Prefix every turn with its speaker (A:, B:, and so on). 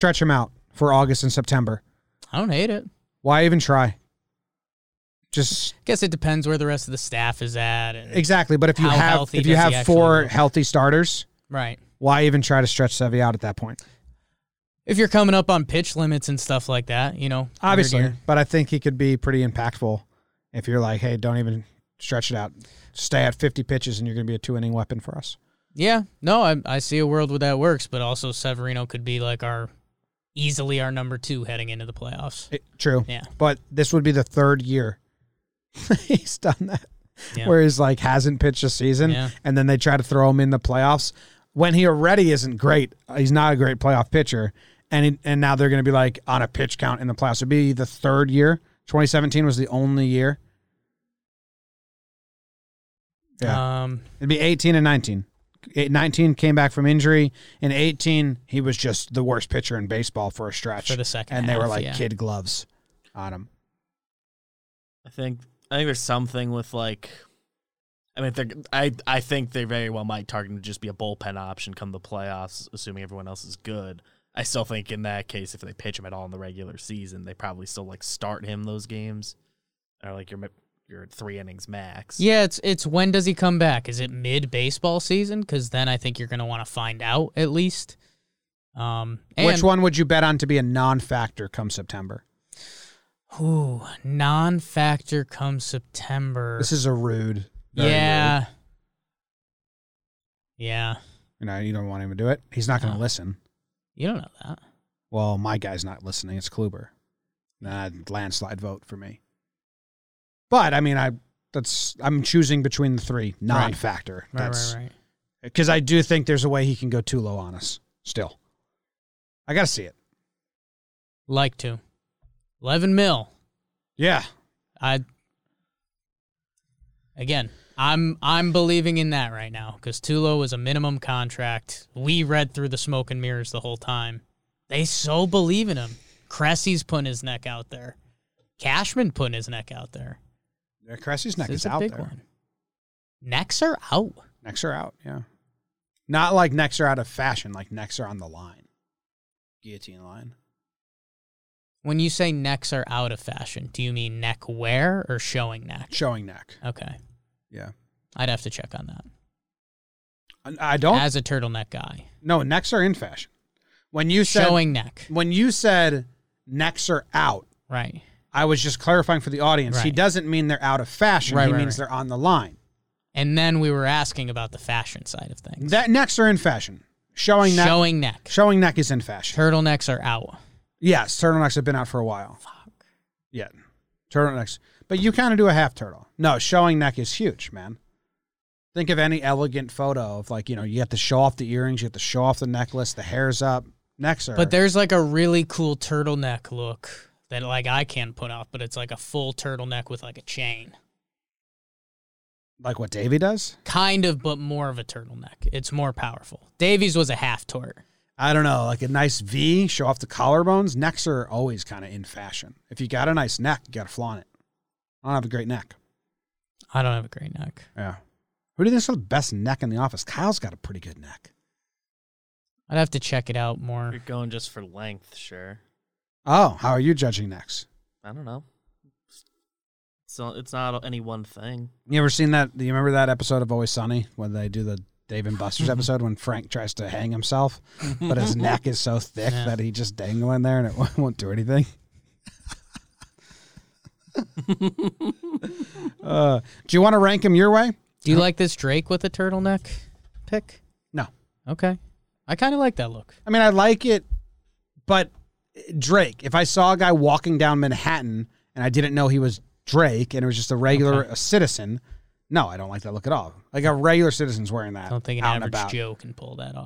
A: Stretch them out for August and September.
B: I don't hate it.
A: Why even try? Just
B: Guess it depends where the rest of the staff is at. And,
A: exactly. But if you
B: How
A: have
B: healthy
A: if you
B: does he
A: have four
B: actually look?
A: healthy starters,
B: right.
A: why even try to stretch Sevy out at that point?
B: If you're coming up on pitch limits and stuff like that, you know.
A: Obviously,
B: you're-
A: but I think he could be pretty impactful if you're like, hey, don't even stretch it out. Stay at 50 pitches, and you're going to be a two inning weapon for us.
B: Yeah. No, I, I see a world where that works, but also Severino could be like our easily our number two heading into the playoffs.
A: It- true.
B: Yeah.
A: But this would be the third year he's done that,
B: Yeah.
A: where he's like hasn't pitched a season,
B: Yeah.
A: and then they try to throw him in the playoffs when he already isn't great. He's not a great playoff pitcher, and he, and now they're going to be like on a pitch count in the playoffs. It'd be the third year. 2017 was the only year. Yeah.
B: Um,
A: It'd be 18 and 19. Eight- 19 came back from injury. In 18, he was just the worst pitcher in baseball for a stretch.
B: For the second
A: And they were
B: half,
A: like
B: yeah.
A: kid gloves on him.
C: I think I think there's something with like. I mean, they're, I I think they very well might target him to just be a bullpen option come the playoffs, assuming everyone else is good. I still think in that case, if they pitch him at all in the regular season, they probably still like start him those games, or like your mi- your three innings max.
B: yeah, it's it's when does he come back? Is it mid baseball season? Because then I think you're gonna want to find out at least. Um, and,
A: Which one would you bet on to be a non factor come September?
B: Ooh, non-factor comes September.
A: This is a rude. very
B: yeah.
A: rude.
B: Yeah,
A: You know, you don't want him to do it. He's not going to
B: No.
A: listen.
B: you don't know that.
A: Well, my guy's not listening. It's Kluber. Nah, landslide vote for me. But I mean, I that's I'm choosing between the three non factor.
B: Right,
A: that's
B: right, right.
A: because I do think there's a way he can go too low on us still. I got to see it.
B: Like to, eleven mil.
A: Yeah.
B: I again, I'm I'm believing in that right now because Tulo was a minimum contract. We read through the smoke and mirrors the whole time. They so believe in him. Cressy's putting his neck out there. Cashman putting his neck out there.
A: Yeah, Cressy's neck
B: This
A: is
B: a
A: out
B: big
A: there.
B: one. Necks are out.
A: Necks are out. Yeah. Not like necks are out of fashion, like necks are on the line. Guillotine line.
B: When you say necks are out of fashion, do you mean neck wear or showing neck?
A: Showing neck.
B: Okay.
A: Yeah.
B: I'd have to check on that.
A: And I don't
B: As a turtleneck guy,
A: No, necks are in fashion. When you said
B: showing neck.
A: when you said necks are out,
B: Right.
A: I was just clarifying for the audience. He
B: Right.
A: doesn't mean they're out of fashion.
B: Right,
A: he
B: right,
A: means
B: right.
A: they're on the line.
B: And then we were asking about the fashion side of things.
A: That necks are in fashion. Showing neck
B: Showing neck.
A: showing neck is in fashion.
B: Turtlenecks are out.
A: Yes, turtlenecks have been out for a while.
B: Fuck.
A: Yeah. Turtlenecks. But you kind of do a half turtle. No, showing neck is huge, man. Think of any elegant photo of like, you know, you have to show off the earrings, you have to show off the necklace, the hair's up, necks are
B: But there's like a really cool turtleneck look that like I can put off, but it's like a full turtleneck with like a chain.
A: like what Davy does.
B: Kind of, but more of a turtleneck. It's more powerful. Davies was a half tort.
A: I don't know, like a nice V, show off the collarbones. Necks are always kind of in fashion. If you got a nice neck, you got to flaunt it. I don't have a great neck.
B: I don't have a great neck.
A: Yeah. Who do you think's got the best neck in the office? Kyle's got a pretty good neck.
B: I'd have to check it out more.
C: You're going just for length, sure.
A: Oh, how are you judging necks?
C: I don't know. So it's not any one thing.
A: You ever seen that? Do you remember that episode of Always Sunny when they do the Dave and Buster's episode when Frank tries to hang himself, but his neck is so thick
B: Yeah.
A: that he just dangling there and it won't- won't do anything? uh, do you want to rank him your way?
B: Do you like this Drake with a turtleneck pick?
A: No.
B: Okay. I kind of like that look.
A: I mean, I like it, but Drake. If I saw a guy walking down Manhattan and I didn't know he was Drake and it was just a regular a citizen, no, I don't like that look at all. Like a regular citizen's wearing that.
B: I don't think an
A: out and
B: average
A: about.
B: Joe can pull that off.